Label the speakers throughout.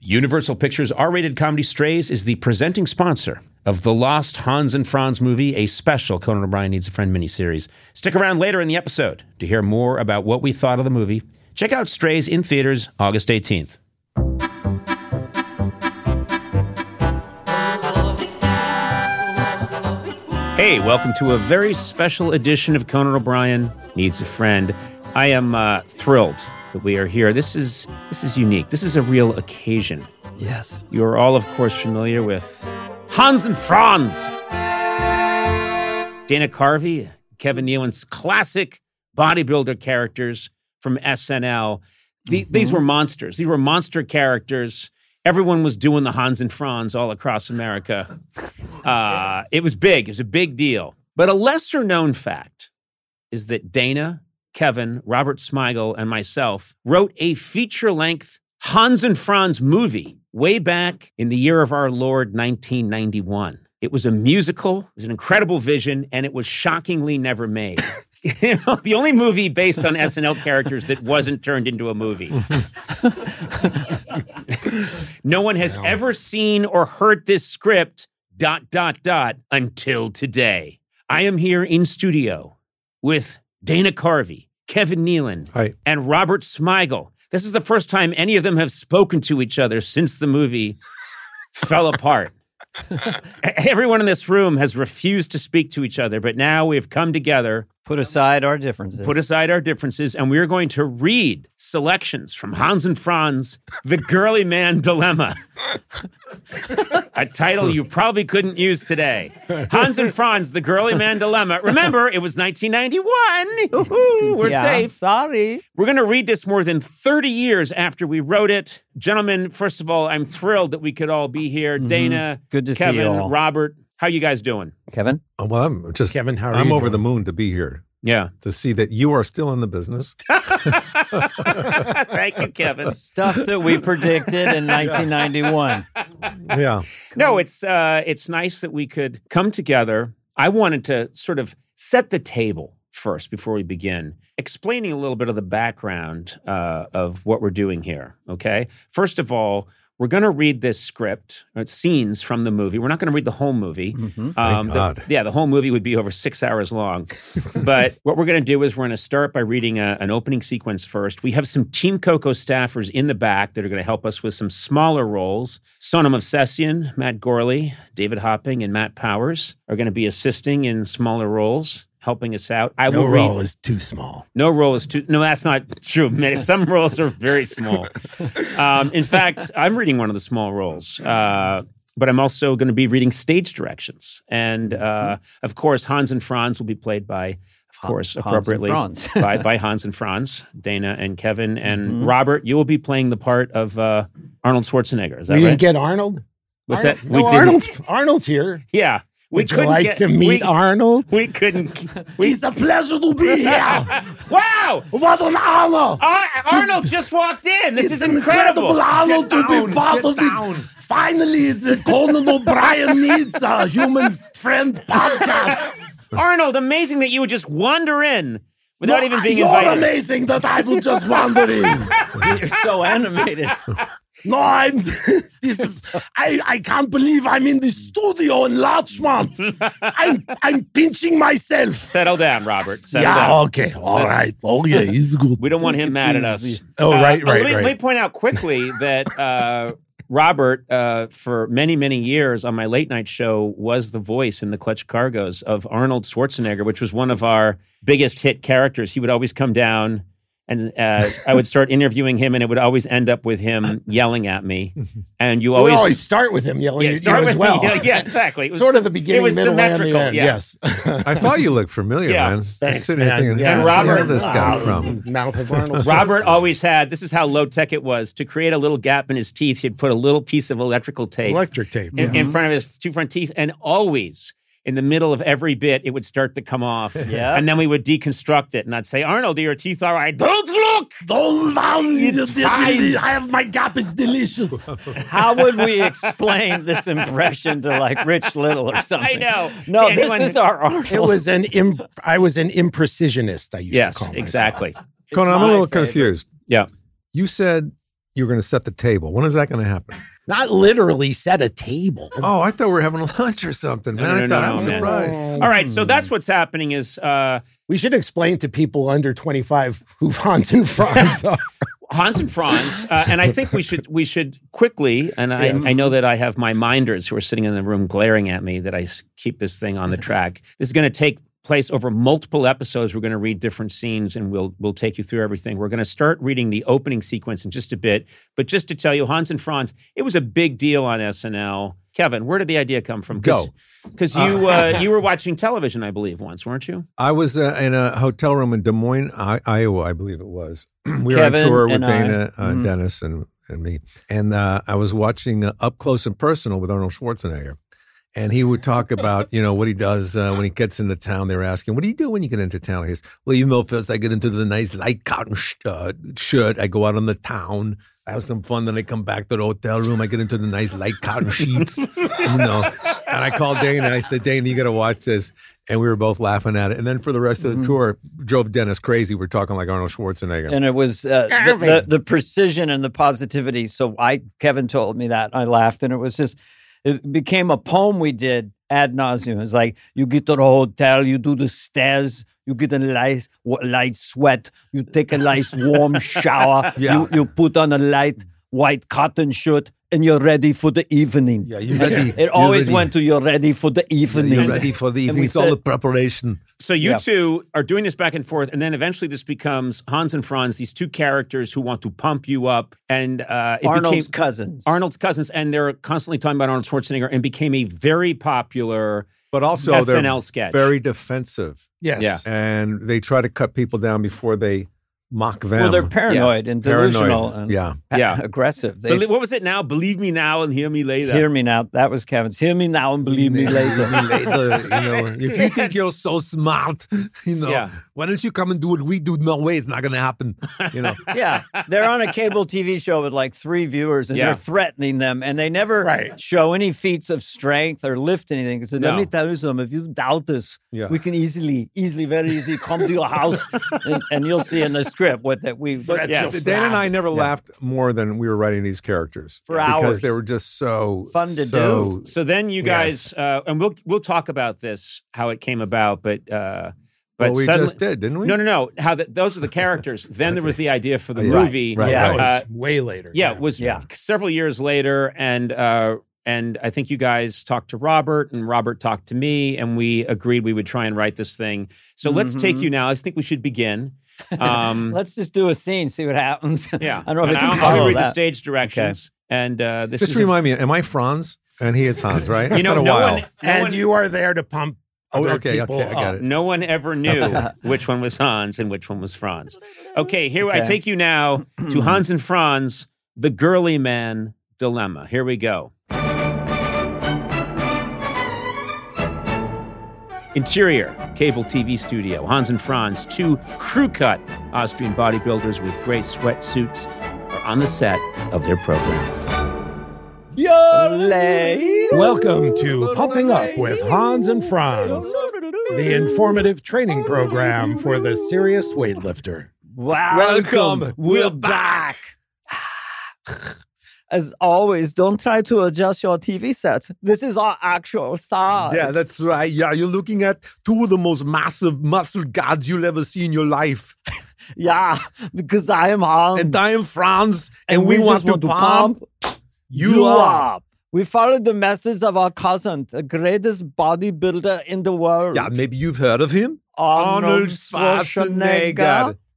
Speaker 1: Universal Pictures R rated comedy Strays is the presenting sponsor of the Lost Hans and Franz movie, a special Conan O'Brien Needs a Friend miniseries. Stick around later in the episode to hear more about what we thought of the movie. Check out Strays in theaters August 18th. Hey, welcome to a very special edition of Conan O'Brien Needs a Friend. I am uh, thrilled that we are here. This is this is unique. This is a real occasion.
Speaker 2: Yes.
Speaker 1: You are all, of course, familiar with Hans and Franz, Dana Carvey, Kevin Nealon's classic bodybuilder characters from SNL. The, These were monsters. These were monster characters. Everyone was doing the Hans and Franz all across America. Uh, it was big. It was a big deal. But a lesser known fact is that Dana, Kevin, Robert Smigel, and myself wrote a feature length Hans and Franz movie way back in the year of our Lord 1991. It was a musical, it was an incredible vision, and it was shockingly never made. You know, the only movie based on SNL characters that wasn't turned into a movie. no one has ever seen or heard this script, dot, dot, dot, until today. I am here in studio with Dana Carvey, Kevin Nealon,
Speaker 2: Hi.
Speaker 1: and Robert Smigel. This is the first time any of them have spoken to each other since the movie fell apart. Everyone in this room has refused to speak to each other, but now we have come together
Speaker 2: Put aside our differences.
Speaker 1: put aside our differences, and we are going to read selections from Hans and Franz, The Girly Man Dilemma. a title you probably couldn't use today. Hans and Franz, The Girly Man Dilemma. Remember, it was 1991. Woohoo, we're
Speaker 2: yeah,
Speaker 1: safe.
Speaker 2: Sorry.
Speaker 1: We're going to read this more than 30 years after we wrote it. Gentlemen, first of all, I'm thrilled that we could all be here. Dana,
Speaker 2: Mm-hmm. Good to see
Speaker 1: Kevin,
Speaker 2: you all.
Speaker 1: Robert, how you guys doing?
Speaker 2: Kevin?
Speaker 3: Oh, Well, I'm just
Speaker 4: Kevin, how are
Speaker 3: I'm
Speaker 4: you
Speaker 3: over
Speaker 4: doing?
Speaker 3: the moon to be here
Speaker 1: Yeah.
Speaker 3: to see that you are still in the business.
Speaker 1: Thank you, Kevin.
Speaker 2: Stuff that we predicted in 1991.
Speaker 3: yeah,
Speaker 1: No, it's uh, it's nice that we could come together. I wanted to sort of set the table first before we begin, explaining a little bit of the background uh, of what we're doing here. Okay, first of all. We're going to read this script, uh, scenes from the movie. We're not going to read the whole movie. Um, the-
Speaker 3: God.
Speaker 1: yeah, the whole movie would be over six hours long. but what we're going to do is we're going to start by reading a, an opening sequence first. We have some Team Coco staffers in the back that are going to help us with some smaller roles. Sonam of Sessian, Matt Gorley, David Hopping, and Matt Powers are going to be assisting in smaller roles, helping us out. I
Speaker 4: No
Speaker 1: will read.
Speaker 4: role is too small.
Speaker 1: No role is too. No, that's not true. Man, Some roles are very small. Um, in fact, I'm reading one of the small roles, uh, but I'm also going to be reading stage directions. And uh,
Speaker 4: Mm-hmm.
Speaker 1: of course, Hans and Franz will be played by, of course,
Speaker 2: Hans and
Speaker 1: appropriately
Speaker 2: Franz.
Speaker 1: by, by Hans and Franz, Dana and Kevin and
Speaker 4: Mm-hmm.
Speaker 1: Robert. You will be playing the part of uh, Arnold Schwarzenegger. Is that
Speaker 4: we
Speaker 1: right?
Speaker 4: didn't get Arnold.
Speaker 1: What's
Speaker 4: Arnold-
Speaker 1: that?
Speaker 4: No,
Speaker 1: we didn't.
Speaker 4: Arnold's, Arnold's here.
Speaker 1: Yeah, we
Speaker 4: Would you
Speaker 1: couldn't
Speaker 4: like
Speaker 1: get,
Speaker 4: to meet
Speaker 1: we,
Speaker 4: Arnold?
Speaker 1: we couldn't. We,
Speaker 4: It's a pleasure to be here.
Speaker 1: wow.
Speaker 4: what an honor.
Speaker 1: Ar- Arnold just walked in. This is
Speaker 4: an
Speaker 1: incredible.
Speaker 4: honor
Speaker 3: Get
Speaker 4: to
Speaker 3: down,
Speaker 4: be part
Speaker 3: get
Speaker 4: of it.
Speaker 3: down.
Speaker 4: Finally, the Conan O'Brien needs a human friend podcast.
Speaker 1: Arnold, amazing that you would just wander in without
Speaker 4: No,
Speaker 1: even being
Speaker 4: you're
Speaker 1: invited.
Speaker 4: amazing that I would just wander in.
Speaker 2: You're so animated.
Speaker 4: No, I'm. this is. I. I can't believe I'm in the studio in Larchmont. I'm. I'm pinching myself.
Speaker 1: Settle down, Robert. Settle
Speaker 4: yeah.
Speaker 1: down.
Speaker 4: Okay. All
Speaker 1: Let's-
Speaker 4: right. Oh yeah. He's good.
Speaker 1: We don't want him mad at us.
Speaker 4: easy. Oh, right,
Speaker 1: but Uh, let
Speaker 4: right,
Speaker 1: me-
Speaker 4: right.
Speaker 1: Let me point out quickly that uh, Robert, uh, for many, many years on my late night show, was the voice in the Clutch Cargos of Arnold Schwarzenegger, which was one of our biggest hit characters. He would always come down. And uh, I would start interviewing him, and it would always end up with him yelling at me. And you
Speaker 4: We
Speaker 1: always,
Speaker 4: always start with him yelling
Speaker 1: yeah,
Speaker 4: at you
Speaker 1: start
Speaker 4: as
Speaker 1: with me.
Speaker 4: well.
Speaker 1: Yeah, yeah, exactly. It was
Speaker 4: Sort of the beginning,
Speaker 1: It was
Speaker 4: middle, and the
Speaker 1: symmetrical.
Speaker 4: end.
Speaker 1: Yeah.
Speaker 4: Yes.
Speaker 3: I thought you looked familiar,
Speaker 1: Yeah.
Speaker 3: man.
Speaker 4: Thanks,
Speaker 3: Sitting here
Speaker 4: man.
Speaker 3: thinking,
Speaker 4: Yeah.
Speaker 1: And
Speaker 3: "Where's
Speaker 1: Robert-
Speaker 3: this guy
Speaker 4: Wow.
Speaker 3: from?
Speaker 4: Mouth of Arnold.
Speaker 1: Robert always had this is how low tech it was. To create a little gap in his teeth, he'd put a little piece of electrical tape
Speaker 4: Electric tape.
Speaker 1: in, in front of his two front teeth, and always in the middle of every bit, it would start to come off.
Speaker 2: Yeah.
Speaker 1: And then we would deconstruct it, and I'd say, Arnold, are your teeth all right? Don't look!
Speaker 4: Don't worry.
Speaker 1: It's fine.
Speaker 4: I have my gap. is delicious.
Speaker 2: How would we explain this impression to like Rich Little or something?
Speaker 1: know. To
Speaker 2: No,
Speaker 1: anyone-
Speaker 2: this is our Arnold.
Speaker 4: It was an. Imp- I was an imprecisionist. I used
Speaker 1: Yes,
Speaker 4: to call myself.
Speaker 1: exactly.
Speaker 3: Conan, I'm a
Speaker 2: my
Speaker 3: little
Speaker 2: favorite.
Speaker 3: confused.
Speaker 1: Yeah.
Speaker 3: You said you were going to set the table. When is that going to happen?
Speaker 4: Not literally set a table.
Speaker 3: Oh, I thought we were having lunch or something,
Speaker 1: No,
Speaker 3: man.
Speaker 1: no, no,
Speaker 3: I thought
Speaker 1: no,
Speaker 3: I'm
Speaker 1: no, man.
Speaker 3: surprised.
Speaker 1: All right, so
Speaker 4: Hmm.
Speaker 1: that's what's happening is uh,
Speaker 4: We should explain to people under 25 who Hans and Franz are.
Speaker 1: Hans and Franz, uh, and I think we should we should quickly. And I,
Speaker 4: Yes.
Speaker 1: I know that I have my minders who are sitting in the room glaring at me that I s- keep this thing on the track. This is going to take place over multiple episodes. We're going to read different scenes, and we'll we'll take you through everything. We're going to start reading the opening sequence in just a bit. But just to tell you, Hans and Franz, it was a big deal on SNL. Kevin, where did the idea come from?
Speaker 3: Go.
Speaker 1: because you uh, you were watching television, I believe, once, weren't you?
Speaker 3: I was uh, in a hotel room in Des Moines, I- Iowa, I believe it was. we were on
Speaker 2: Kevin
Speaker 3: tour with
Speaker 2: and I.
Speaker 3: Dana, uh,
Speaker 2: Mhm.
Speaker 3: Dennis, and, and me. And uh, I was watching uh, Up Close and Personal with Arnold Schwarzenegger. And he would talk about, you know, what he does uh, when he gets into town. They were asking, what do you do when you get into town? He goes, well, you know, first I get into the nice light cotton sh- uh, shirt. I go out on the town. I have some fun. Then I come back to the hotel room. I get into the nice light cotton sheets, you know. And I called Dana and I said, Dana, you got to watch this. And we were both laughing at it. And then for the rest of the tour, drove Dennis crazy. We're talking like Arnold Schwarzenegger.
Speaker 2: Mm-hmm. And it was uh, the, the, the precision and the positivity. So I, Kevin told me that. I laughed, and it was just, it became a poem we did ad nauseum. It's like you get to the hotel, you do the stairs, you get a light, wa- light sweat, you take a nice warm shower,
Speaker 3: Yeah.
Speaker 2: you, you put on a light white cotton shirt, and you're ready for the evening.
Speaker 3: yeah, you ready?
Speaker 2: It always went to you're ready for the evening.
Speaker 3: You're ready for the
Speaker 2: And
Speaker 3: evening.
Speaker 2: we
Speaker 3: It's all
Speaker 2: said-
Speaker 3: the preparation.
Speaker 1: So you
Speaker 2: Yeah.
Speaker 1: two are doing this back and forth, and then eventually this becomes Hans and Franz, these two characters who want to pump you up, and uh, it
Speaker 2: Arnold's
Speaker 1: became
Speaker 2: cousins.
Speaker 1: Arnold's cousins, and they're constantly talking about Arnold Schwarzenegger, and became a very popular
Speaker 3: But also,
Speaker 1: SNL sketch.
Speaker 3: they're very defensive.
Speaker 4: Yes.
Speaker 1: Yeah.
Speaker 3: And they try to cut people down before they mock them.
Speaker 2: Well, they're paranoid and
Speaker 3: Paranoid.
Speaker 2: delusional and
Speaker 3: Yeah.
Speaker 1: Yeah.
Speaker 2: aggressive. They
Speaker 1: Belie- what was it now? Believe me now and hear me later.
Speaker 2: Hear me now. That was Kevin's. Hear me now and believe me later.
Speaker 3: later, you know, if you think you're so smart, you know,
Speaker 1: Yeah.
Speaker 3: why don't you come and do what we do? No way, it's not going to happen. You know,
Speaker 2: yeah. They're on a cable TV show with like three viewers and
Speaker 1: Yeah.
Speaker 2: they're threatening them and they never
Speaker 4: Right.
Speaker 2: show any feats of strength or lift anything. So
Speaker 1: No.
Speaker 2: let me tell you something. If you doubt us,
Speaker 3: Yeah.
Speaker 2: we can easily, easily, very easily come to your house and, and you'll see in the script what that we
Speaker 1: Yes.
Speaker 3: Dan and I never laughed more than we were writing these characters
Speaker 2: For
Speaker 3: because
Speaker 2: hours.
Speaker 3: they were just so
Speaker 2: Fun to
Speaker 3: so-
Speaker 1: So then you guys, uh, and we'll we'll talk about this how it came about, but uh, but
Speaker 3: Well, we
Speaker 1: suddenly-
Speaker 3: just did, didn't we?
Speaker 1: no, no, no. How the, those are the characters. then there was the idea for the
Speaker 3: Right,
Speaker 1: movie.
Speaker 3: right,
Speaker 2: Yeah.
Speaker 3: right.
Speaker 1: Uh,
Speaker 4: That was way later.
Speaker 1: Yeah, it was
Speaker 2: Yeah.
Speaker 1: several years later, and uh, and I think you guys talked to Robert, and Robert talked to me, and we agreed we would try and write this thing. So let's take you now. I think we should begin. Um,
Speaker 2: Mm-hmm. Let's just do a scene, see what happens.
Speaker 1: yeah,
Speaker 2: I don't know if
Speaker 1: And
Speaker 2: I can
Speaker 1: I'll- I'll
Speaker 2: follow
Speaker 1: read the
Speaker 2: that.
Speaker 1: stage directions, and uh, this
Speaker 3: Just
Speaker 1: is a-
Speaker 3: remind me, am I Franz? And he is Hans, right?
Speaker 1: you
Speaker 3: It's
Speaker 1: know
Speaker 3: been a
Speaker 1: no
Speaker 3: while.
Speaker 1: one no
Speaker 4: And
Speaker 1: one-
Speaker 4: you are there to pump
Speaker 3: Oh,
Speaker 4: other
Speaker 3: okay,
Speaker 4: people
Speaker 3: okay, I got
Speaker 4: up.
Speaker 3: it.
Speaker 1: No one ever knew which one was Hans and which one was Franz. Okay, here I
Speaker 2: Okay.
Speaker 1: take you now to Hans and Franz, the girly man dilemma. Here we go. Interior, cable TV studio. Hans and Franz, two crew cut Austrian bodybuilders with gray sweatsuits, are on the set of their program.
Speaker 2: Yole!
Speaker 4: Welcome to Pumping Up with Hans and Franz, the informative training program for the serious weightlifter.
Speaker 2: Welcome. We're back. As always, don't try to adjust your TV sets. This is our actual size.
Speaker 3: Oh, Yeah, that's right. Yeah, you're looking at two of the most massive muscle guards you'll ever see in your life.
Speaker 2: yeah, because I am on.
Speaker 3: And I am Franz, and, we,
Speaker 2: Um, just
Speaker 3: want, to, pump, you, up.
Speaker 2: We followed the message of our cousin, the greatest bodybuilder in the world,
Speaker 3: Yeah, maybe you've heard of him.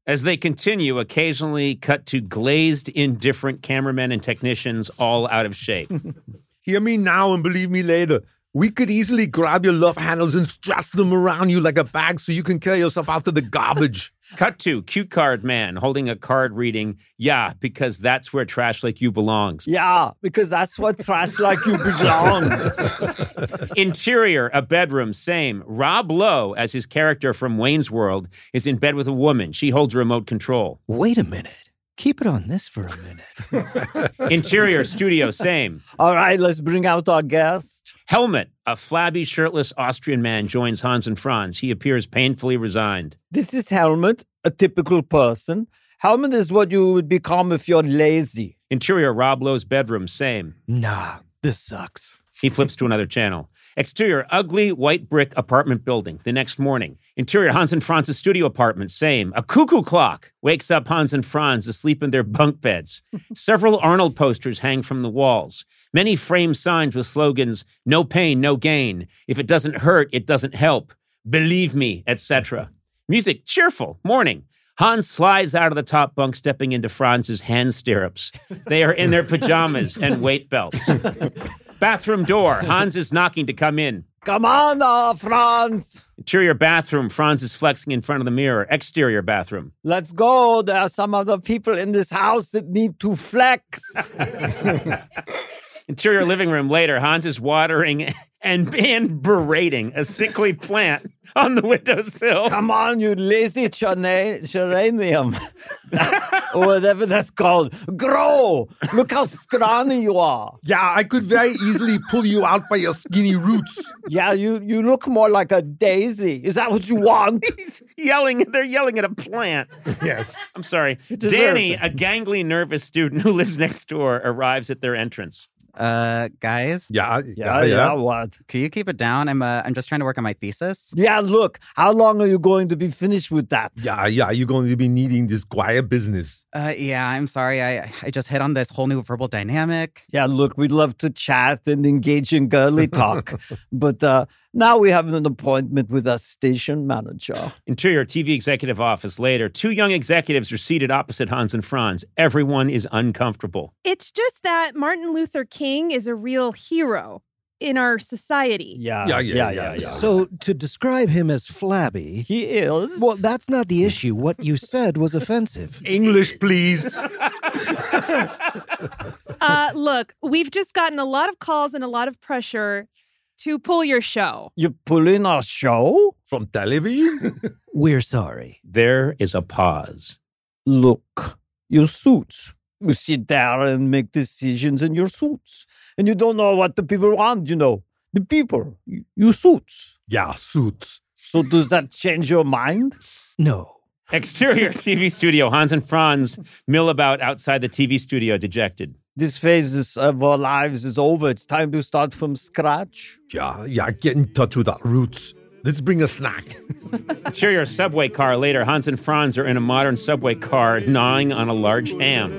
Speaker 1: As they continue, occasionally cut to glazed, indifferent cameramen and technicians, all out of shape.
Speaker 3: Hear me now and believe me later. We could easily grab your love handles and stress them around you like a bag so you can carry yourself out to the garbage.
Speaker 1: Cut to cue card man holding a card reading, yeah, because that's where trash like you belongs.
Speaker 2: Yeah, because that's what trash like you belongs.
Speaker 1: Interior, a bedroom, same. Rob Lowe, as his character from Wayne's World, is in bed with a woman. She holds remote control.
Speaker 5: Wait a minute. Keep it on this for a minute.
Speaker 1: Interior, studio, same.
Speaker 2: All right, let's bring out our guest.
Speaker 1: Helmet, a flabby, shirtless Austrian man joins Hans and Franz. He appears painfully resigned.
Speaker 2: This is Helmut, a typical person. Helmut is what you would become if you're lazy.
Speaker 1: Interior Rob Lowe's bedroom, same.
Speaker 5: Nah, this sucks.
Speaker 1: He flips to another channel. Exterior, ugly white brick apartment building. The next morning. Interior, Hans and Franz's studio apartment. Same. A cuckoo clock wakes up Hans and Franz asleep in their bunk beds. Several Arnold posters hang from the walls. Many frame signs with slogans, no pain, no gain. If it doesn't hurt, it doesn't help. Believe me, etc. Music, cheerful, morning. Hans slides out of the top bunk, stepping into Franz's hand stirrups. They are in their pajamas and weight belts. Bathroom door. Hans is knocking to come in.
Speaker 2: Come on, now, Franz.
Speaker 1: Interior bathroom. Franz is flexing in front of the mirror. Exterior bathroom.
Speaker 2: Let's go. There are some other people in this house that need to flex.
Speaker 1: Interior living room later. Hans is watering and, and berating a sickly plant on the windowsill.
Speaker 2: Come on, you lazy gerana- geranium. or whatever that's called. Grow. Look how scrawny you are.
Speaker 3: Yeah, I could very easily pull you out by your skinny roots.
Speaker 2: Yeah, you, you look more like a daisy. Is that what you want?
Speaker 1: He's yelling. They're yelling at a plant.
Speaker 3: Yes.
Speaker 1: I'm sorry.
Speaker 2: deserves
Speaker 1: Danny,
Speaker 2: it.
Speaker 1: a gangly, nervous student who lives next door, arrives at their entrance.
Speaker 5: Uh, guys,
Speaker 3: Yeah, I-
Speaker 2: Yeah, yeah, what?
Speaker 5: can you keep it down? I'm uh, I'm just trying to work on my thesis.
Speaker 2: Yeah, look, how long are you going to be finished with that?
Speaker 3: Yeah, yeah, you're going to be needing this quiet business.
Speaker 5: Uh, yeah, I'm sorry. I I just hit on this whole new verbal dynamic.
Speaker 2: Yeah, look, we'd love to chat and engage in girly talk. but uh, now we have an appointment with our station manager.
Speaker 1: Interior TV executive office later. Two young executives are seated opposite Hans and Franz. Everyone is uncomfortable.
Speaker 6: It's just that Martin Luther King is a real hero in our society.
Speaker 2: Yeah,
Speaker 3: Yeah, Uh, yeah, yeah, yeah.
Speaker 5: So to describe him as flabby,
Speaker 2: He is.
Speaker 5: well, that's not the issue. What you said was offensive.
Speaker 3: English, please.
Speaker 6: Uh, look, we've just gotten a lot of calls and a lot of pressure to pull your show.
Speaker 2: you pulling our show?
Speaker 3: From television?
Speaker 5: We're sorry.
Speaker 1: There is a pause.
Speaker 2: Look, your suits. You sit there and make decisions in your suits. And you don't know what the people want, you know. The people, y- your suits.
Speaker 3: yeah, suits.
Speaker 2: So does that change your mind?
Speaker 5: No.
Speaker 1: Exterior TV studio. Hans and Franz mill about outside the TV studio, dejected.
Speaker 2: This phase is, of our lives is over. It's time to start from scratch.
Speaker 3: Yeah, yeah, get in touch with our roots. Let's bring a snack.
Speaker 1: Interior subway car later. Hans and Franz are in a modern subway car, gnawing on a large ham.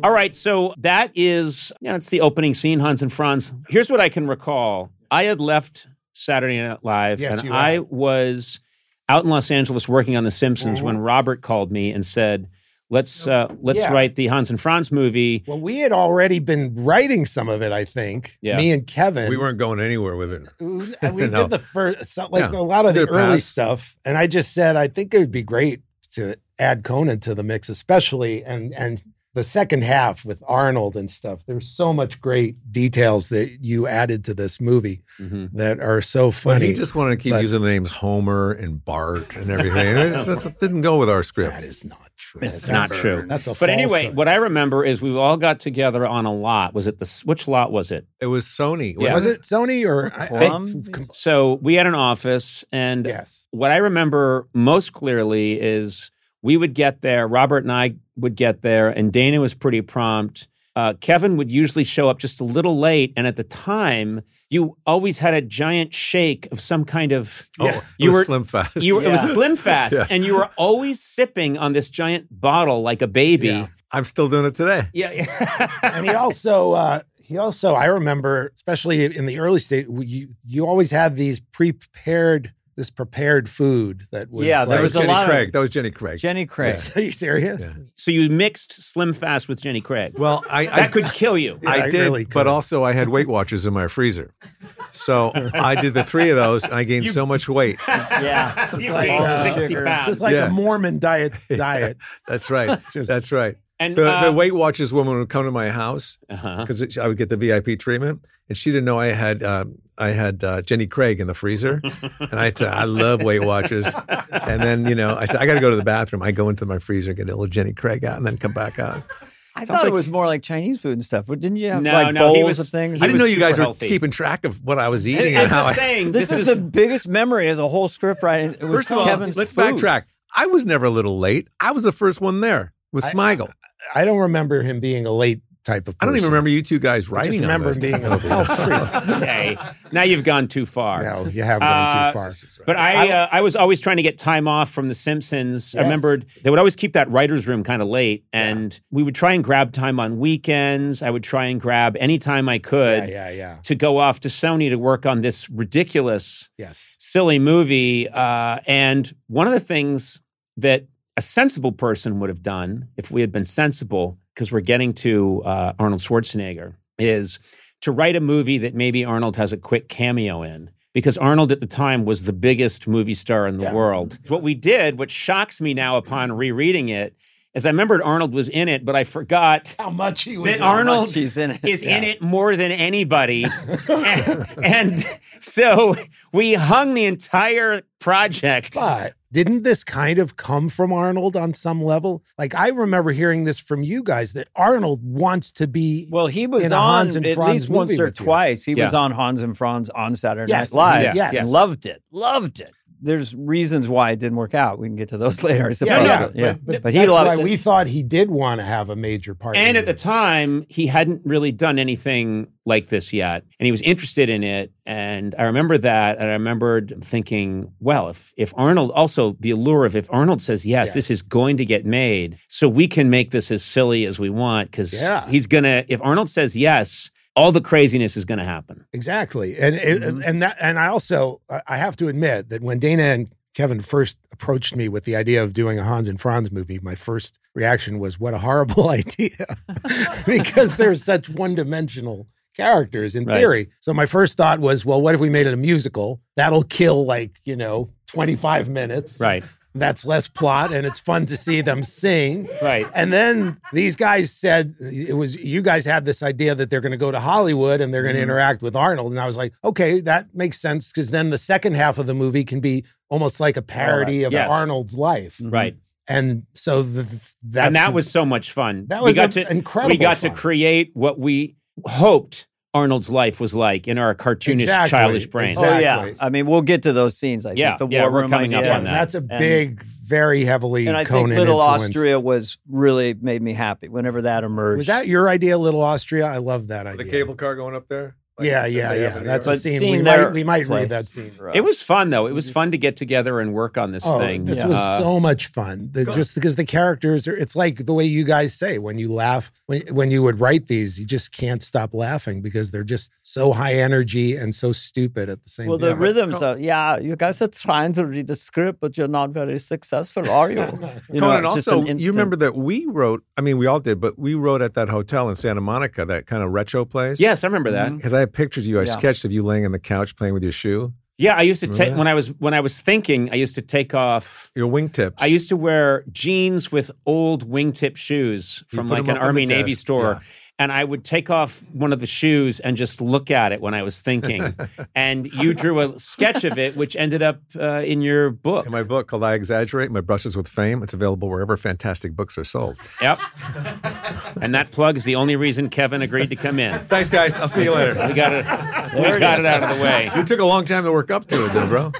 Speaker 1: All right, so that is yeah, it's the opening scene, Hans and Franz. Here's what I can recall. I had left Saturday Night Live
Speaker 3: Yes,
Speaker 1: and
Speaker 3: you
Speaker 1: I
Speaker 3: had.
Speaker 1: was out in Los Angeles working on The Simpsons when Robert called me and said, Let's uh, let's
Speaker 7: Yeah.
Speaker 1: write the Hans and Franz movie.
Speaker 7: Well, we had already been writing some of it, I think.
Speaker 1: Yeah.
Speaker 7: Me and Kevin.
Speaker 3: we weren't going anywhere with it.
Speaker 7: We
Speaker 3: No.
Speaker 7: did the first, so, like
Speaker 3: Yeah.
Speaker 7: a lot of the
Speaker 3: Did it
Speaker 7: early
Speaker 3: pass?
Speaker 7: stuff. And I just said, I think it would be great to add Conan to the mix, especially and and the second half with Arnold and stuff. There's so much great details that you added to this movie
Speaker 3: Mm-hmm.
Speaker 1: Mhm.
Speaker 7: that are so
Speaker 3: But
Speaker 7: funny.
Speaker 3: he just wanted to keep
Speaker 7: But-
Speaker 3: using the names Homer and Bart and everything. And it's- that's- it didn't go with our
Speaker 7: that
Speaker 3: script.
Speaker 7: is not true.
Speaker 1: It's not true.
Speaker 7: That's a
Speaker 1: But anyway,
Speaker 7: falsehood.
Speaker 1: what I remember is we all got together on a lot. Was it the which lot was it?
Speaker 3: It was Sony.
Speaker 1: Yeah.
Speaker 7: Was it Sony or
Speaker 2: Plum?
Speaker 1: So we had an office, and
Speaker 7: yes.
Speaker 1: what I remember most clearly is we would get there. Robert and I would get there, and Dana was pretty prompt. Uh, Kevin would usually show up just a little late, and at the time, you always had a giant shake of some kind of.
Speaker 3: Oh,
Speaker 7: Yeah.
Speaker 1: You
Speaker 3: you
Speaker 1: were-
Speaker 3: were slim fast.
Speaker 1: You were, It was
Speaker 2: Yeah.
Speaker 1: Slim Fast,
Speaker 3: Yeah.
Speaker 1: and you were always sipping on this giant bottle like a baby.
Speaker 3: I'm still doing it today.
Speaker 1: Yeah,
Speaker 7: and he also uh, he also I remember, especially in the early state, we- you you always had these prepared this prepared food that was
Speaker 2: Yeah, there
Speaker 7: like-
Speaker 2: was a
Speaker 3: Jenny
Speaker 2: lot of-
Speaker 3: Craig. that was Jenny Craig.
Speaker 2: Jenny Craig.
Speaker 7: Are you serious?
Speaker 3: Yeah.
Speaker 1: so you mixed Slim Fast with Jenny Craig.
Speaker 3: well, I, I
Speaker 1: that could kill you.
Speaker 7: Yeah,
Speaker 3: I
Speaker 7: I
Speaker 3: did,
Speaker 7: really
Speaker 3: but
Speaker 7: could.
Speaker 3: also I had Weight Watchers in my freezer. So I did the three of those, and I gained so much weight.
Speaker 2: Yeah.
Speaker 1: you
Speaker 7: like,
Speaker 1: gained
Speaker 7: uh,
Speaker 1: 60
Speaker 2: sugar.
Speaker 7: It's
Speaker 1: pounds.
Speaker 7: just like
Speaker 3: Yeah.
Speaker 7: a Mormon diet diet.
Speaker 3: That's right.
Speaker 7: Just-
Speaker 3: That's right.
Speaker 1: and
Speaker 3: The,
Speaker 1: uh,
Speaker 3: the Weight Watchers woman would come to my house
Speaker 1: uh-huh.
Speaker 3: because I would get the VIP treatment, and she didn't know I had um, I had uh, Jenny Craig in the freezer, and I said I love Weight Watchers, and then you know I said I got to go to the bathroom. I go into my freezer, get a little Jenny Craig out, and then come back out.
Speaker 2: I
Speaker 5: Sounds
Speaker 2: thought it
Speaker 5: like-
Speaker 2: was more like Chinese food and stuff. But didn't you have
Speaker 1: No,
Speaker 2: like
Speaker 1: no, he
Speaker 2: bowls
Speaker 1: was-
Speaker 2: of things?
Speaker 1: He
Speaker 3: I didn't
Speaker 1: was
Speaker 3: know you guys
Speaker 1: super
Speaker 3: were
Speaker 1: healthy.
Speaker 3: keeping track of what I was
Speaker 1: I-
Speaker 3: eating
Speaker 1: I'm
Speaker 3: and how
Speaker 1: just
Speaker 3: I.
Speaker 1: saying
Speaker 2: This, is, the biggest memory of the whole script writing. It was
Speaker 3: First of all,
Speaker 2: Kevin's
Speaker 3: let's
Speaker 2: food.
Speaker 3: backtrack. I was never a little late. I was the first one there with
Speaker 7: I-
Speaker 3: Smigel.
Speaker 7: I don't remember him being a late type of
Speaker 3: I
Speaker 7: person.
Speaker 3: don't even remember you two guys
Speaker 7: I
Speaker 3: writing.
Speaker 7: just
Speaker 3: on
Speaker 7: remember him
Speaker 3: this.
Speaker 7: being a oh, freak.
Speaker 1: okay. Now you've gone too far.
Speaker 7: No, you have gone
Speaker 1: Uh,
Speaker 7: too far.
Speaker 1: But I, uh, I was always trying to get time off from The Simpsons. I
Speaker 2: Yes.
Speaker 1: remembered they would always keep that writer's room kind of late, and we would try and grab time on weekends. I would try and grab any time I could
Speaker 7: Yeah, yeah, yeah.
Speaker 1: to go off to Sony to work on this ridiculous,
Speaker 7: Yes.
Speaker 1: silly movie. Uh, and one of the things that a sensible person would have done if we had been sensible, because we're getting to uh, Arnold Schwarzenegger, is to write a movie that maybe Arnold has a quick cameo in. Because Arnold at the time was the biggest movie star in the world. What we did, what shocks me now upon rereading it, is I remembered Arnold was in it, but I forgot
Speaker 7: How much he was.
Speaker 1: that Arnold
Speaker 2: She's in it.
Speaker 1: is in it more than anybody. and, and so we hung the entire project.
Speaker 7: But didn't this kind of come from Arnold on some level? Like I remember hearing this from you guys that Arnold wants to be.
Speaker 2: Well, he was
Speaker 7: In a
Speaker 2: on
Speaker 7: Hans and
Speaker 2: at
Speaker 7: Franz
Speaker 2: least once
Speaker 7: movie
Speaker 2: or
Speaker 7: with you.
Speaker 2: twice. He was
Speaker 1: Yeah.
Speaker 2: on Hans and Franz on Saturday
Speaker 7: Yes,
Speaker 2: Night Live.
Speaker 7: yeah, yes.
Speaker 2: and loved it. Loved it. There's reasons why it didn't work out. We can get to those later. I suppose.
Speaker 7: yeah, yeah,
Speaker 2: but, yeah.
Speaker 7: But, but,
Speaker 2: But he
Speaker 7: that's why
Speaker 2: loved it.
Speaker 7: we thought he did want to have a major part. in
Speaker 1: And at
Speaker 7: it.
Speaker 1: the time, he hadn't really done anything like this yet. And he was interested in it. And I remember that. And I remembered thinking, well, if, if Arnold, also the allure of if Arnold says yes,
Speaker 7: Yes.
Speaker 1: this is going to get made. So we can make this as silly as we want. Because
Speaker 7: Yeah.
Speaker 1: he's going to, if Arnold says yes, all the craziness is going to happen.
Speaker 7: Exactly, and it-
Speaker 2: Mhm.
Speaker 1: Mm-hmm.
Speaker 7: and that and I also I I have to admit that when Dana and Kevin first approached me with the idea of doing a Hans and Franz movie, my first reaction was, "What a horrible idea!" because they're such one-dimensional characters in
Speaker 1: Right.
Speaker 7: theory. So my first thought was, "Well, what if we made it a musical? That'll kill like you know twenty-five minutes.
Speaker 1: Right.
Speaker 7: That's less plot, and it's fun to see them sing."
Speaker 1: Right.
Speaker 7: And then these guys said it was you guys had this idea that they're going to go to Hollywood and they're
Speaker 1: Mm-hmm.
Speaker 7: going to interact with Arnold, and I was like, okay, that makes sense because then the second half of the movie can be almost like a parody of
Speaker 1: yes.
Speaker 7: Arnold's life,
Speaker 1: Right.
Speaker 7: and so the, that's,
Speaker 1: and that was so much fun.
Speaker 7: that
Speaker 1: we
Speaker 7: was
Speaker 1: got
Speaker 7: a-
Speaker 1: to
Speaker 7: incredible
Speaker 1: we got to
Speaker 7: fun.
Speaker 1: create what we hoped Arnold's life was like in our cartoonish,
Speaker 7: Exactly,
Speaker 1: childish brains.
Speaker 7: exactly.
Speaker 2: Oh yeah. I mean, we'll get to those scenes. I
Speaker 1: Yeah,
Speaker 2: think the
Speaker 1: yeah,
Speaker 2: war
Speaker 1: we're
Speaker 2: room
Speaker 1: coming up
Speaker 2: idea.
Speaker 7: yeah,
Speaker 1: on that.
Speaker 7: that's a big, very heavily
Speaker 2: And I
Speaker 7: Conan
Speaker 2: think Little
Speaker 7: influenced.
Speaker 2: Austria was really made me happy whenever that emerged.
Speaker 7: Was that your idea, Little Austria? I love that idea.
Speaker 3: the cable car going up there.
Speaker 7: yeah, yeah, yeah. That's a
Speaker 2: But
Speaker 7: scene.
Speaker 2: seeing
Speaker 7: we,
Speaker 2: their
Speaker 7: might, we might read
Speaker 2: place.
Speaker 7: that scene.
Speaker 1: It was fun though. It was fun to get together and work on this
Speaker 7: Oh,
Speaker 1: thing.
Speaker 7: this
Speaker 2: Yeah.
Speaker 7: was
Speaker 1: Uh,
Speaker 7: so much fun. The, just because the characters are, it's like the way you guys say when you laugh, when, when you would write these, you just can't stop laughing because they're just so high energy and so stupid at the same
Speaker 2: Well, the
Speaker 7: time.
Speaker 2: rhythms are, yeah, you guys are trying to read the script, but you're not very successful, are you? you
Speaker 3: Conan,
Speaker 2: it's just an
Speaker 3: also, you
Speaker 2: instant-
Speaker 3: remember that we wrote, I mean, we all did, but we wrote at that hotel in Santa Monica, that kind of retro place.
Speaker 1: yes, I remember that.
Speaker 3: Because I have pictures of you. I
Speaker 2: Yeah.
Speaker 3: sketched of you laying on the couch playing with your shoe,
Speaker 1: Yeah, I used to
Speaker 3: Remember
Speaker 1: take
Speaker 3: that?
Speaker 1: when I was when I was thinking. I used to take off.
Speaker 3: your wingtips.
Speaker 1: I used to wear jeans with old wingtip shoes
Speaker 3: You
Speaker 1: from
Speaker 3: put
Speaker 1: like an
Speaker 3: them up on the
Speaker 1: Army Navy
Speaker 3: desk,
Speaker 1: store.
Speaker 3: yeah.
Speaker 1: And I would take off one of the shoes and just look at it when I was thinking. and you drew a sketch of it, which ended up uh, in your book.
Speaker 3: in my book called I Exaggerate My Brushes with Fame. It's available wherever fantastic books are sold.
Speaker 1: Yep. and that plug is the only reason Kevin agreed to come in.
Speaker 3: Thanks, guys. I'll see you later.
Speaker 1: We got it. We got it out of the way.
Speaker 3: You took a long time to work up to it, though, bro.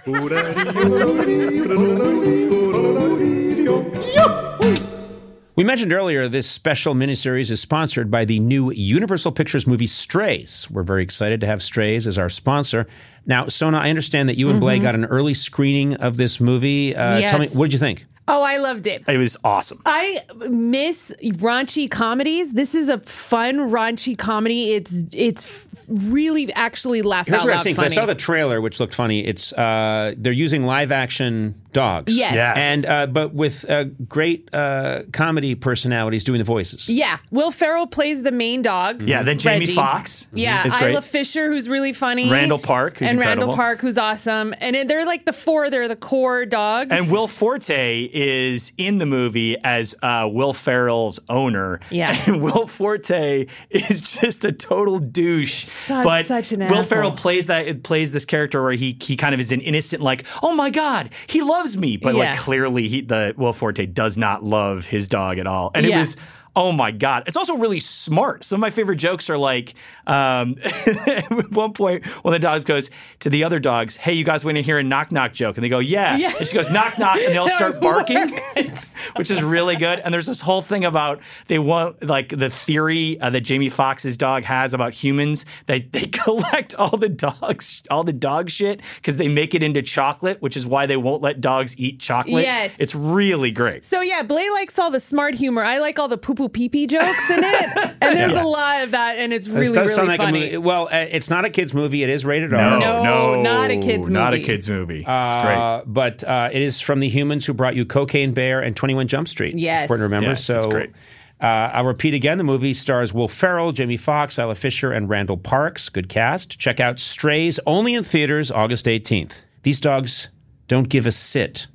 Speaker 1: We mentioned earlier this special miniseries is sponsored by the new Universal Pictures movie Strays. We're very excited to have Strays as our sponsor. Now, Sona, I understand that you and Blake got an early screening of this movie. Uh, Tell me,
Speaker 6: Mm-hmm. Yes.
Speaker 1: what did you think?
Speaker 6: Oh, I loved it.
Speaker 8: It was awesome.
Speaker 6: I miss raunchy comedies. This is a fun raunchy comedy. It's it's f- really actually laugh
Speaker 1: Here's
Speaker 6: out
Speaker 1: what I
Speaker 6: loud
Speaker 1: was seeing. 'cause I
Speaker 6: funny.
Speaker 1: saw the trailer, which looked funny. It's uh, they're using live action dogs.
Speaker 6: Yes.
Speaker 8: Yes.
Speaker 1: And uh, but with uh, great uh, comedy personalities doing the voices.
Speaker 6: yeah, Will Ferrell plays the main dog.
Speaker 8: Yeah, then Jamie
Speaker 6: Reggie.
Speaker 8: Foxx.
Speaker 6: Yeah,
Speaker 8: is great.
Speaker 6: Isla Fisher, who's really funny.
Speaker 8: Randall Park, who's
Speaker 6: and
Speaker 8: incredible.
Speaker 6: Randall Park, who's awesome. And it- they're like the four. They're the core dogs.
Speaker 8: And Will Forte is in the movie as uh, Will Ferrell's owner.
Speaker 6: Yeah.
Speaker 8: And Will Forte is just a total douche.
Speaker 6: Such-
Speaker 8: but
Speaker 6: such an
Speaker 8: Will
Speaker 6: asshole.
Speaker 8: Ferrell plays that it plays this character where he he kind of is an innocent like, "Oh my god, he loves me." But
Speaker 6: Yeah.
Speaker 8: like clearly he the Will Forte does not love his dog at all. And it
Speaker 6: Yeah.
Speaker 8: was Oh my God. It's also really smart. Some of my favorite jokes are like, um, at one point, one of the dogs goes to the other dogs, Hey, you guys want to hear a knock knock joke? And they go, Yeah.
Speaker 6: Yes.
Speaker 8: And she goes, Knock knock. And they all
Speaker 6: That
Speaker 8: start barking,
Speaker 6: works.
Speaker 8: which is really good. And there's this whole thing about they want, like, the theory uh, that Jamie Foxx's dog has about humans that they collect all the dogs, all the dog shit because they make it into chocolate, which is why they won't let dogs eat chocolate.
Speaker 6: Yes.
Speaker 8: It's really great.
Speaker 6: So yeah, Blay likes all the smart humor. I like all the poo poo pee pee jokes in it, and there's a lot of that, and it's really
Speaker 1: this does
Speaker 6: really
Speaker 1: sound like
Speaker 6: funny.
Speaker 1: a movie. Well, uh, it's not a kids movie. It is rated R.
Speaker 6: No, not a kid's
Speaker 8: Not a
Speaker 6: movie.
Speaker 8: kids movie. it's great.
Speaker 1: Uh, but uh, it is from the humans who brought you Cocaine Bear and 21 Jump Street. It's
Speaker 6: Yes.
Speaker 1: important to remember.
Speaker 8: Yeah,
Speaker 1: so
Speaker 8: that's great.
Speaker 1: Uh, I'll repeat again. The movie stars Will Ferrell, Jamie Foxx, Isla Fisher, and Randall Parks. Good cast. Check out Strays only in theaters August 18th. These dogs don't give a sit.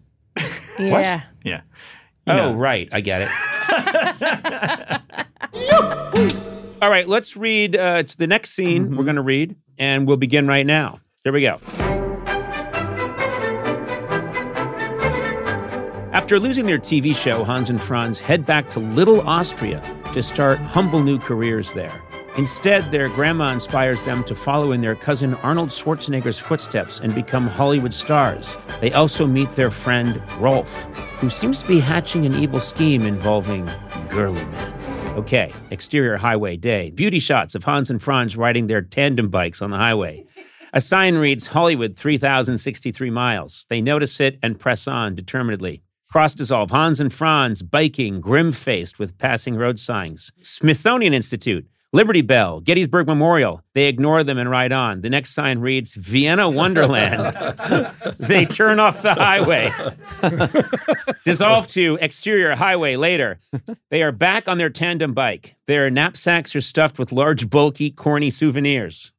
Speaker 6: yeah.
Speaker 8: Yeah.
Speaker 1: Oh, right. I get it. All right, let's read uh, to the next scene
Speaker 8: Mm-hmm.
Speaker 1: we're going to read, and we'll begin right now. Here we go. After losing their TV show, Hans and Franz head back to Little Austria to start humble new careers there. Instead, their grandma inspires them to follow in their cousin Arnold Schwarzenegger's footsteps and become Hollywood stars. They also meet their friend Rolf, who seems to be hatching an evil scheme involving girly men. Okay, exterior highway day. Beauty shots of Hans and Franz riding their tandem bikes on the highway. A sign reads Hollywood 3,063 miles. They notice it and press on determinedly. Cross dissolve Hans and Franz biking, grim faced with passing road signs. Smithsonian Institute, Liberty Bell, Gettysburg Memorial. They ignore them and ride on. The next sign reads Vienna Wonderland. they turn off the highway. Dissolve to exterior highway later. They are back on their tandem bike. Their knapsacks are stuffed with large, bulky, corny souvenirs.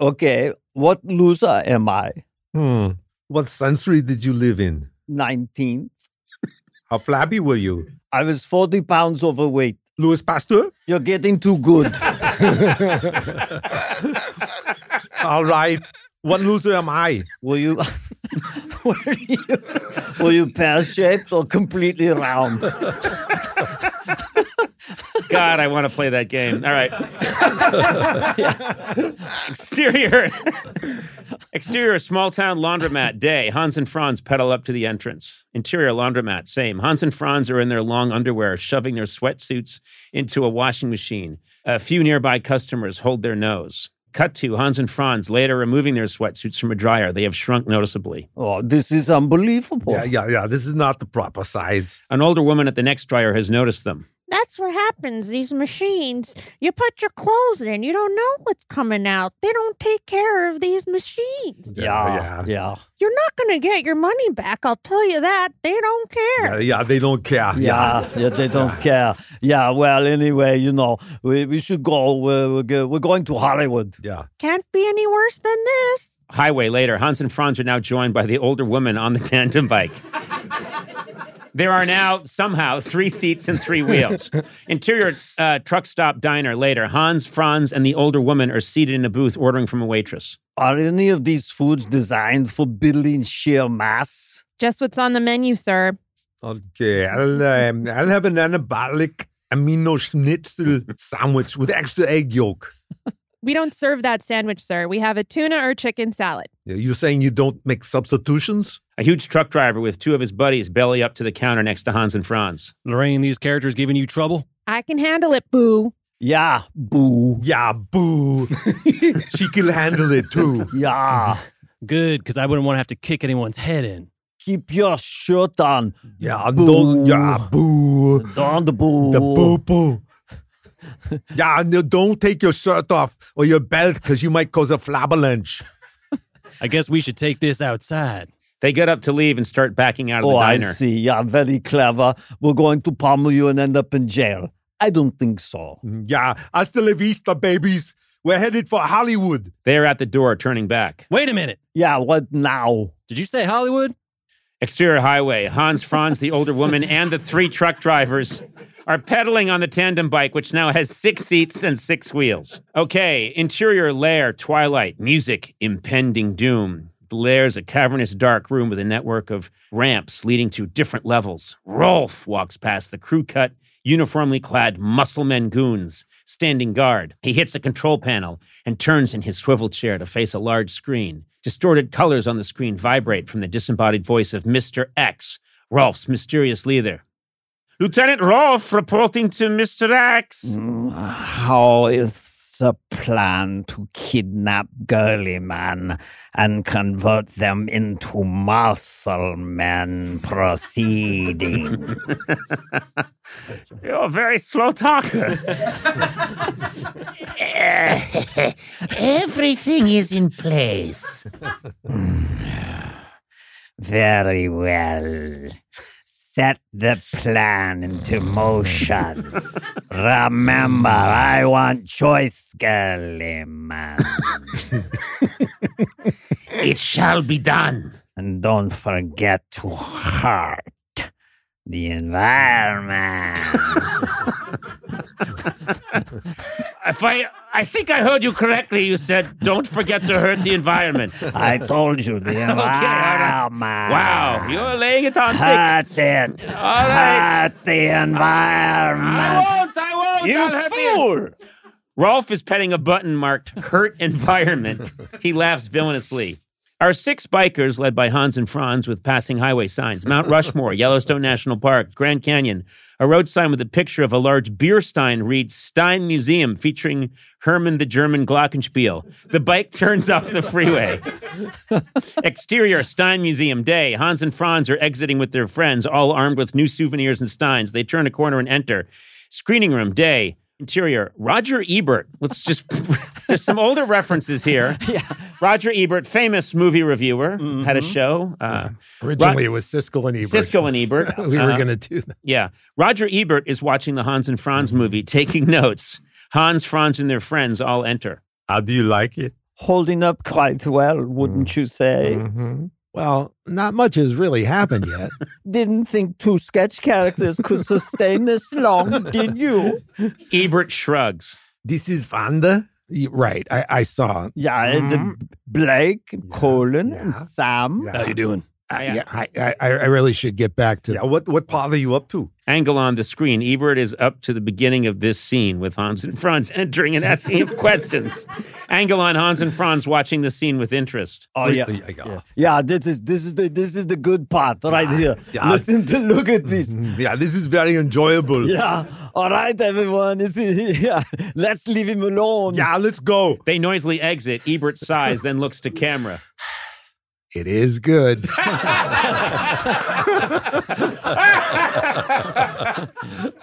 Speaker 2: Okay, what loser am I?
Speaker 3: Hmm. What century did you live in?
Speaker 2: 19th.
Speaker 3: How flabby were you?
Speaker 2: I was 40 pounds overweight.
Speaker 3: Louis Pasteur?
Speaker 2: You're getting too good.
Speaker 3: All right. What loser am I?
Speaker 2: Were you, were you, were you pear shaped or completely round?
Speaker 1: God, I want to play that game. All right. exterior, exterior, small town laundromat day. Hans and Franz pedal up to the entrance. Interior laundromat, same. Hans and Franz are in their long underwear, shoving their sweatsuits into a washing machine. A few nearby customers hold their nose. Cut to Hans and Franz later removing their sweatsuits from a dryer. They have shrunk noticeably.
Speaker 2: Oh, this is unbelievable.
Speaker 3: Yeah, yeah, yeah. This is not the proper size.
Speaker 1: An older woman at the next dryer has noticed them.
Speaker 9: That's what happens. These machines, you put your clothes in, you don't know what's coming out. They don't take care of these machines.
Speaker 2: yeah.
Speaker 3: Yeah,
Speaker 2: yeah.
Speaker 9: You're not going to get your money back. I'll tell you that. They don't
Speaker 3: Yeah,
Speaker 9: care.
Speaker 3: yeah they don't care.
Speaker 2: Yeah, yeah, they don't care. Yeah, well, anyway, you know, we, we should go. We're, we're, go- we're going to Hollywood.
Speaker 3: Yeah.
Speaker 9: Can't be any worse than this.
Speaker 1: highway later, Hans and Franz are now joined by the older woman on the tandem bike. there are now somehow three seats and three wheels. Interior uh, truck stop diner later, Hans, Franz, and the older woman are seated in a booth ordering from a waitress.
Speaker 2: Are any of these foods designed for building sheer mass?
Speaker 9: Just what's on the menu, sir.
Speaker 3: Okay. I'll, um, I'll have an anabolic amino schnitzel sandwich with extra egg yolk.
Speaker 9: We don't serve that sandwich, sir. We have a tuna or chicken salad.
Speaker 3: Yeah, You're saying you don't make substitutions?
Speaker 1: A huge truck driver with two of his buddies belly up to the counter next to Hans and Franz.
Speaker 10: Lorraine, these characters giving you trouble?
Speaker 9: I can handle it, boo.
Speaker 2: Yeah, boo.
Speaker 3: Yeah, boo. she can handle it too.
Speaker 2: Yeah.
Speaker 10: Good, because I wouldn't want to have to kick anyone's head in.
Speaker 2: Keep your shirt on.
Speaker 3: Yeah, don't. Yeah, boo.
Speaker 2: Don't boo.
Speaker 3: The boo boo. yeah, and you don't take your shirt off or your belt because you might cause a flabberlanch.
Speaker 10: I guess we should take this outside.
Speaker 1: They get up to leave and start backing out of
Speaker 2: Oh,
Speaker 1: the
Speaker 2: I
Speaker 1: diner.
Speaker 2: see. Yeah, very clever. We're going to pummel you and end up in jail. I don't think so.
Speaker 1: Mm-hmm.
Speaker 3: Yeah, hasta la vista, babies. We're headed for Hollywood.
Speaker 1: They are at the door, turning back.
Speaker 10: Wait a minute.
Speaker 2: Yeah, what now?
Speaker 10: Did you say Hollywood?
Speaker 1: Exterior highway. Hans, Franz, the older woman, and the three truck drivers are pedaling on the tandem bike, which now has six seats and six wheels. Okay, interior lair, twilight, music, impending doom. The lair is a cavernous dark room with a network of ramps leading to different levels. Rolf walks past the crew cut uniformly clad muscle men goons standing guard. He hits a control panel and turns in his swivel chair to face a large screen. Distorted colors on the screen vibrate from the disembodied voice of Mr. X, Rolf's mysterious leader. Lieutenant Rolf reporting to Mr. X.
Speaker 2: Mm. How is the plan to kidnap girly men and convert them into muscle men proceeding?
Speaker 1: You're a very slow talker.
Speaker 11: Everything is in place.
Speaker 2: Very well. Set the plan into motion. Remember, I want choice, girly man.
Speaker 11: It shall be done.
Speaker 2: And don't forget to hurt the environment.
Speaker 1: if I, I think I heard you correctly. You said, "Don't forget to hurt the environment."
Speaker 2: I told you the
Speaker 1: Okay, all right.
Speaker 2: environment.
Speaker 1: Wow, you're laying it on thick.
Speaker 2: Hurt it.
Speaker 1: All right.
Speaker 2: Hurt the environment.
Speaker 1: won't. I won't.
Speaker 2: You
Speaker 1: I'll have
Speaker 2: fool!
Speaker 1: Rolf is petting a button marked Hurt Environment. He laughs villainously. Our six bikers, led by Hans and Franz with passing highway signs, Mount Rushmore, Yellowstone National Park, Grand Canyon, a road sign with a picture of a large beer stein reads Stein Museum featuring Herman the German Glockenspiel. The bike turns off the freeway. Exterior Stein Museum Day. Hans and Franz are exiting with their friends, all armed with new souvenirs and steins. They turn a corner and enter. Screening room day. Interior Roger Ebert. Let's just there's some older references here. Yeah. Roger Ebert, famous movie reviewer,
Speaker 3: Mm-hmm.
Speaker 1: had a show. Uh,
Speaker 3: Originally,
Speaker 1: Ro-
Speaker 3: it was Siskel and Ebert.
Speaker 1: Siskel and Ebert.
Speaker 3: we were
Speaker 1: Uh,
Speaker 3: going to do that.
Speaker 1: yeah. Roger Ebert is watching the Hans and Franz
Speaker 3: Mm-hmm.
Speaker 1: movie, taking notes. Hans, Franz, and their friends all enter.
Speaker 3: How do you like it?
Speaker 2: Holding up quite well, wouldn't
Speaker 3: Mm.
Speaker 2: you say?
Speaker 3: Mm-hmm. Well, not much has really happened yet.
Speaker 2: Didn't think two sketch characters could sustain this long, did you?
Speaker 3: Mm-hmm.
Speaker 1: Ebert shrugs.
Speaker 3: this is Vanda? Right. I, I saw.
Speaker 2: Yeah, the Blake, Colin, and Sam.
Speaker 3: Yeah. How you
Speaker 10: doing?
Speaker 3: I,
Speaker 1: Yeah.
Speaker 3: yeah, I, I, I really should get back to. Yeah, what, what part are you up to?
Speaker 1: Angle on the screen. Ebert is up to the beginning of this scene with Hans and Franz entering an essay of questions. Angle on Hans and Franz watching the scene with interest.
Speaker 2: Oh yeah. yeah, yeah. This is this is the this is the good part right here.
Speaker 3: Yeah.
Speaker 2: Listen to look at this.
Speaker 3: Mm-hmm. Yeah, this is very enjoyable.
Speaker 2: Yeah, all right, everyone. Is it, yeah, let's leave him alone.
Speaker 3: Yeah, let's go.
Speaker 1: They noisily exit. Ebert sighs, then looks to camera.
Speaker 3: It is good.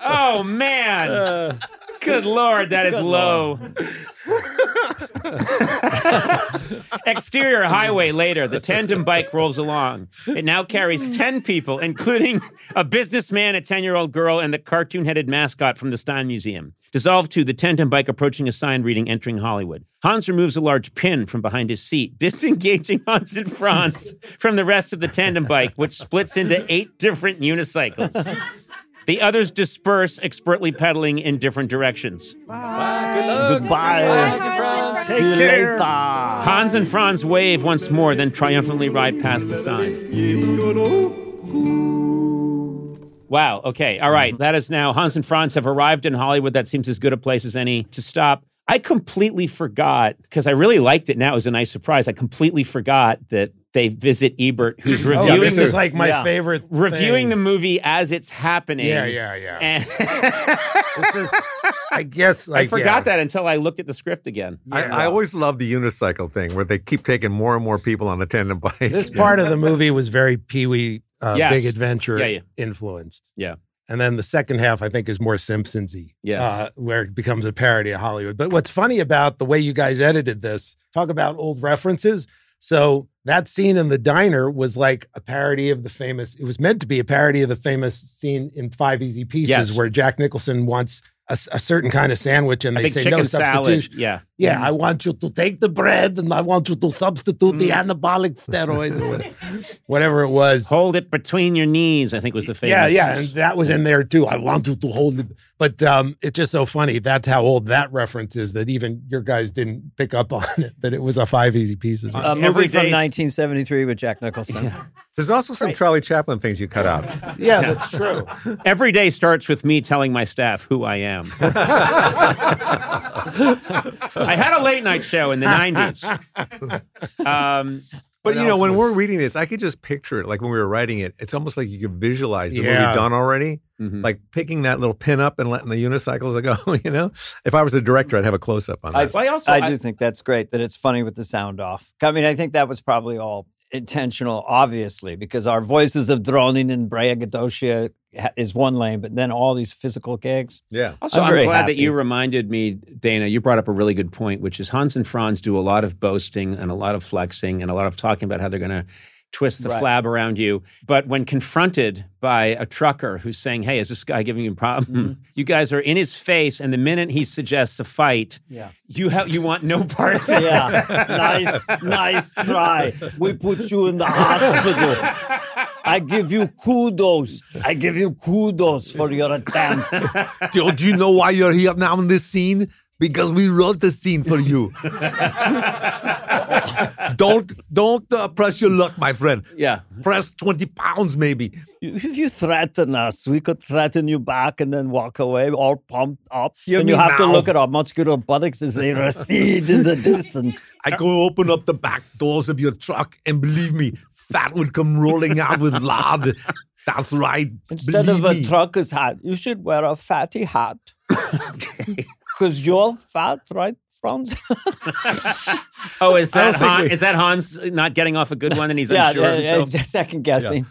Speaker 1: Oh man! Good lord, that is low. Exterior highway later, the tandem bike rolls along. It now carries 10 people, including a businessman, a 10 year old girl, and the cartoon headed mascot from the Stein Museum. Dissolve to the tandem bike approaching a sign reading entering Hollywood. Hans removes a large pin from behind his seat, disengaging Hans and Franz from the rest of the tandem bike, which splits into eight different unicycles. The others disperse, expertly pedaling in different directions.
Speaker 2: Goodbye.
Speaker 1: Take
Speaker 2: See you
Speaker 1: care.
Speaker 2: later.
Speaker 1: Hans and Franz wave once more, then triumphantly ride past the sign. Wow. Okay. All right. That is now Hans and Franz have arrived in Hollywood. That seems as good a place as any to stop. I completely forgot because I really liked it. Now it was a nice surprise. I completely forgot that they visit Ebert, who's
Speaker 7: Oh,
Speaker 1: reviewing
Speaker 7: this
Speaker 1: the,
Speaker 7: is like my
Speaker 2: yeah.
Speaker 7: favorite.
Speaker 1: reviewing
Speaker 7: thing.
Speaker 1: the movie as it's happening.
Speaker 7: Yeah, yeah, yeah.
Speaker 1: And
Speaker 7: this is, I guess, like,
Speaker 1: I forgot that until I looked at the script again.
Speaker 3: I, I always love the unicycle thing where they keep taking more and more people on the tandem bike.
Speaker 7: This part of the movie was very Pee Wee uh,
Speaker 1: Yes.
Speaker 7: Big Adventure
Speaker 1: Yeah, yeah.
Speaker 7: influenced.
Speaker 1: Yeah.
Speaker 7: And then the second half, I think, is more Simpsons-y,
Speaker 1: Yes.
Speaker 7: uh, where it becomes a parody of Hollywood. But what's funny about the way you guys edited this, talk about old references. So that scene in the diner was like a parody of the famous, it was meant to be a parody of the famous scene in Five Easy Pieces
Speaker 1: Yes.
Speaker 7: where Jack Nicholson wants a, s- a certain kind of sandwich and
Speaker 1: I
Speaker 7: they
Speaker 1: think
Speaker 7: say no
Speaker 1: chicken salad,
Speaker 7: substitution.
Speaker 1: yeah.
Speaker 7: Yeah,
Speaker 3: Mm.
Speaker 7: I want you to take the bread and I want you to substitute the
Speaker 3: Mm.
Speaker 7: anabolic steroid. or whatever. whatever it was.
Speaker 1: Hold it between your knees, I think was the famous.
Speaker 7: yeah, yeah, and that was in there too. I want you to hold it. But um, it's just so funny. That's how old that reference is that even your guys didn't pick up on it, that it was a five easy pieces.
Speaker 3: Um,
Speaker 2: A movie from 1973 with Jack Nicholson.
Speaker 3: There's also some Charlie Chaplin things you cut out.
Speaker 7: Yeah, that's true.
Speaker 1: Every day starts with me telling my staff who I am. I had a late night show in the 90s. Um,
Speaker 3: But
Speaker 1: what
Speaker 3: you know,
Speaker 1: else
Speaker 3: when
Speaker 1: was-
Speaker 3: we're reading this, I could just picture it. Like when we were writing it, it's almost like you could visualize the
Speaker 1: Yeah.
Speaker 3: movie done already.
Speaker 2: Mm-hmm.
Speaker 1: Mm.
Speaker 3: Like picking that little pin up and letting the unicycles go. You know, if I was the director, I'd have a close up on that.
Speaker 2: I, I do think that's great that it's funny with the sound off. I mean, I think that was probably all intentional, obviously, because our voices of droning and braggadocio ha- is one lane, but then all these physical gigs.
Speaker 3: Yeah.
Speaker 1: Also,
Speaker 2: I'm
Speaker 1: I'm,
Speaker 2: very
Speaker 1: glad
Speaker 2: happy.
Speaker 1: that you reminded me, Dana. You brought up a really good point, which is Hans and Franz do a lot of boasting and a lot of flexing and a lot of talking about how they're going to twist the
Speaker 11: Right.
Speaker 1: flab around you. But when confronted by a trucker who's saying, "Hey, is this guy giving you a problem?" You guys are in his face, and the minute he suggests a fight,
Speaker 2: Yeah.
Speaker 1: you ha- you want no part of it.
Speaker 2: yeah. Nice, nice try. We put you in the hospital. I give you kudos. I give you kudos for your attempt.
Speaker 3: do, do you know why you're here now in this scene? Because we wrote the scene for you. don't don't uh, press your luck, my friend.
Speaker 1: Yeah.
Speaker 3: Press twenty pounds, maybe.
Speaker 2: If you threaten us, we could threaten you back and then walk away all pumped up.
Speaker 3: Hear
Speaker 2: and
Speaker 3: me
Speaker 2: you have to
Speaker 3: now.
Speaker 2: look at our muscular buttocks as they recede in the distance.
Speaker 3: I go open up the back doors of your truck, and believe me, fat would come rolling out with lard. That's right.
Speaker 2: Instead
Speaker 3: believe
Speaker 2: of a
Speaker 3: me.
Speaker 2: trucker's hat, you should wear a fatty hat. Because you're fat, right, Franz?
Speaker 1: Oh, is that
Speaker 2: I don't think
Speaker 1: Han-
Speaker 2: we-
Speaker 1: is that Hans not getting off a good one, and he's
Speaker 2: yeah,
Speaker 1: unsure
Speaker 2: yeah,
Speaker 1: of
Speaker 2: yeah,
Speaker 1: himself?
Speaker 2: just second guessing.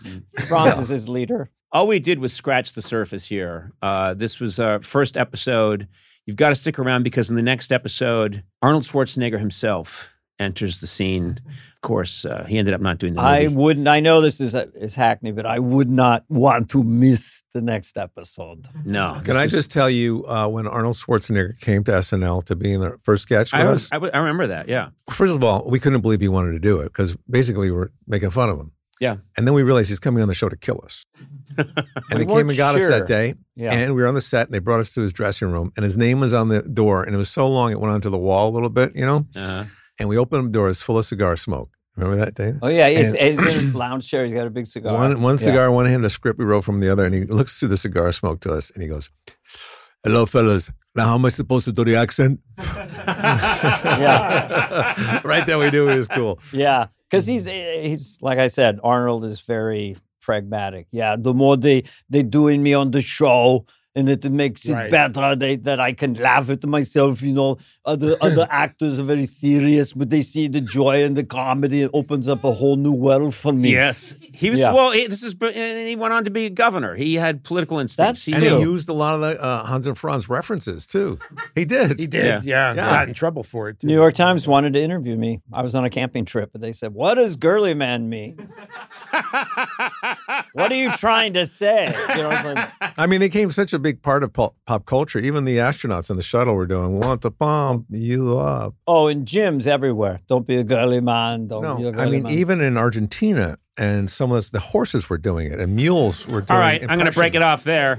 Speaker 2: Franz is his leader.
Speaker 1: all we did was scratch the surface here. Uh, this was our first episode. You've got to stick around because in the next episode, Arnold Schwarzenegger himself enters the scene. Of course, uh, he ended up not doing the movie.
Speaker 2: I wouldn't. I know this is is hackney, but I would not want to miss the next episode.
Speaker 1: no.
Speaker 3: Can
Speaker 1: this
Speaker 3: I
Speaker 1: is-
Speaker 3: just tell you uh, when Arnold Schwarzenegger came to SNL to be in the first sketch with
Speaker 1: I,
Speaker 3: us?
Speaker 1: was, I, was- I remember that. Yeah.
Speaker 3: First of all, we couldn't believe he wanted to do it because basically we were making fun of him.
Speaker 1: Yeah.
Speaker 3: And then we realized he's coming on the show to kill us. and he
Speaker 2: We
Speaker 3: came
Speaker 2: weren't
Speaker 3: and got us
Speaker 2: sure.
Speaker 3: that day.
Speaker 2: Yeah.
Speaker 3: And we were on the set and they brought us to his dressing room and his name was on the door and it was so long it went onto the wall a little bit, you know?
Speaker 1: Uh-huh.
Speaker 3: And we opened the door, it was full of cigar smoke. Remember that day?
Speaker 2: Oh yeah, he's,
Speaker 3: And
Speaker 2: he's in a lounge chair. He's got a big cigar.
Speaker 3: one, one
Speaker 2: Yeah.
Speaker 3: cigar in one hand, the script we wrote from the other. And he looks through the cigar smoke to us and he goes, Hello, fellas. Now, how am I supposed to do the accent?
Speaker 2: Yeah.
Speaker 3: right there, we knew he was cool.
Speaker 2: Yeah, because he's eh, he's like I said, Arnold is very pragmatic. Yeah, the more they they doing me on the show. And it makes it
Speaker 10: Right.
Speaker 2: better they, that I can laugh at myself. You know, other other actors are very serious, but they see the joy and the comedy. It opens up a whole new world for me.
Speaker 1: Yes. He was,
Speaker 2: Yeah.
Speaker 1: well, he, this is, and he went on to be a governor. He had political instincts.
Speaker 2: That's
Speaker 1: he
Speaker 3: And
Speaker 1: knew.
Speaker 3: he used a lot of the uh, Hans and Franz references too. He did. He
Speaker 7: did, yeah.
Speaker 3: Yeah.
Speaker 7: Got in trouble for it too.
Speaker 2: New York Times wanted to interview me. I was on a camping trip, but they said, "What does girly man mean? what are you trying to say?" You know, it's like,
Speaker 3: I mean, they became such a big part of pop, pop culture. Even the astronauts in the shuttle were doing "Want to Pump You Up."
Speaker 2: oh, in gyms everywhere, don't be a girly man. Don't be
Speaker 3: No,
Speaker 2: a girly
Speaker 3: I mean,
Speaker 2: man.
Speaker 3: even in Argentina, and some of us, the horses were doing it, and mules were doing.
Speaker 1: All right, I'm going to break it off there.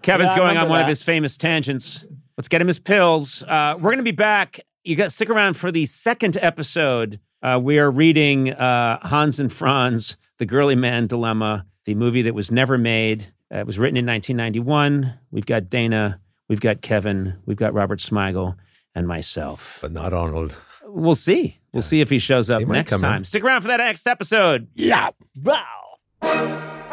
Speaker 1: Kevin's
Speaker 2: Yeah, I
Speaker 1: going on
Speaker 2: remember
Speaker 1: one of
Speaker 2: that.
Speaker 1: his famous tangents. Let's get him his pills. Uh, we're going to be back. You got stick around for the second episode. Uh, we are reading uh, Hans and Franz: The Girly Man Dilemma, the movie that was never made. Uh, it was written in 1991. We've got Dana, we've got Kevin, we've got Robert Smigel, and myself.
Speaker 3: But not Arnold.
Speaker 1: We'll see. We'll see if he shows up
Speaker 3: might
Speaker 1: next
Speaker 3: come in.
Speaker 1: time. Stick around for that next episode.
Speaker 7: Yeah.
Speaker 2: Wow.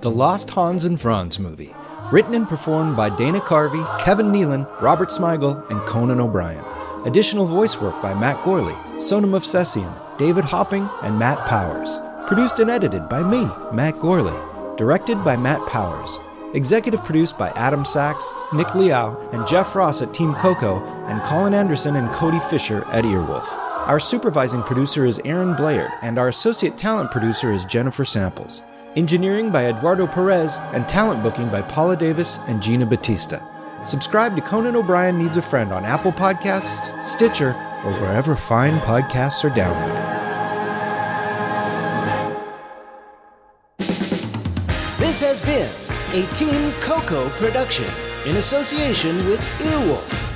Speaker 12: The Lost Hans and Franz Movie, written and performed by Dana Carvey, Kevin Nealon, Robert Smigel, and Conan O'Brien. Additional voice work by Matt Gorley, Sonam of Sessian, David Hopping, and Matt Powers. Produced and edited by me, Matt Gorley. Directed by Matt Powers. Executive produced by Adam Sachs, Nick Liao, and Jeff Ross at Team Coco, and Colin Anderson and Cody Fisher at Earwolf. Our supervising producer is Aaron Blair, and our associate talent producer is Jennifer Samples. engineering by Eduardo Perez, and talent booking by Paula Davis and Gina Batista. Subscribe to Conan O'Brien Needs a Friend on Apple Podcasts, Stitcher, or wherever fine podcasts are downloaded.
Speaker 13: This has been a Team Coco production in association with Earwolf.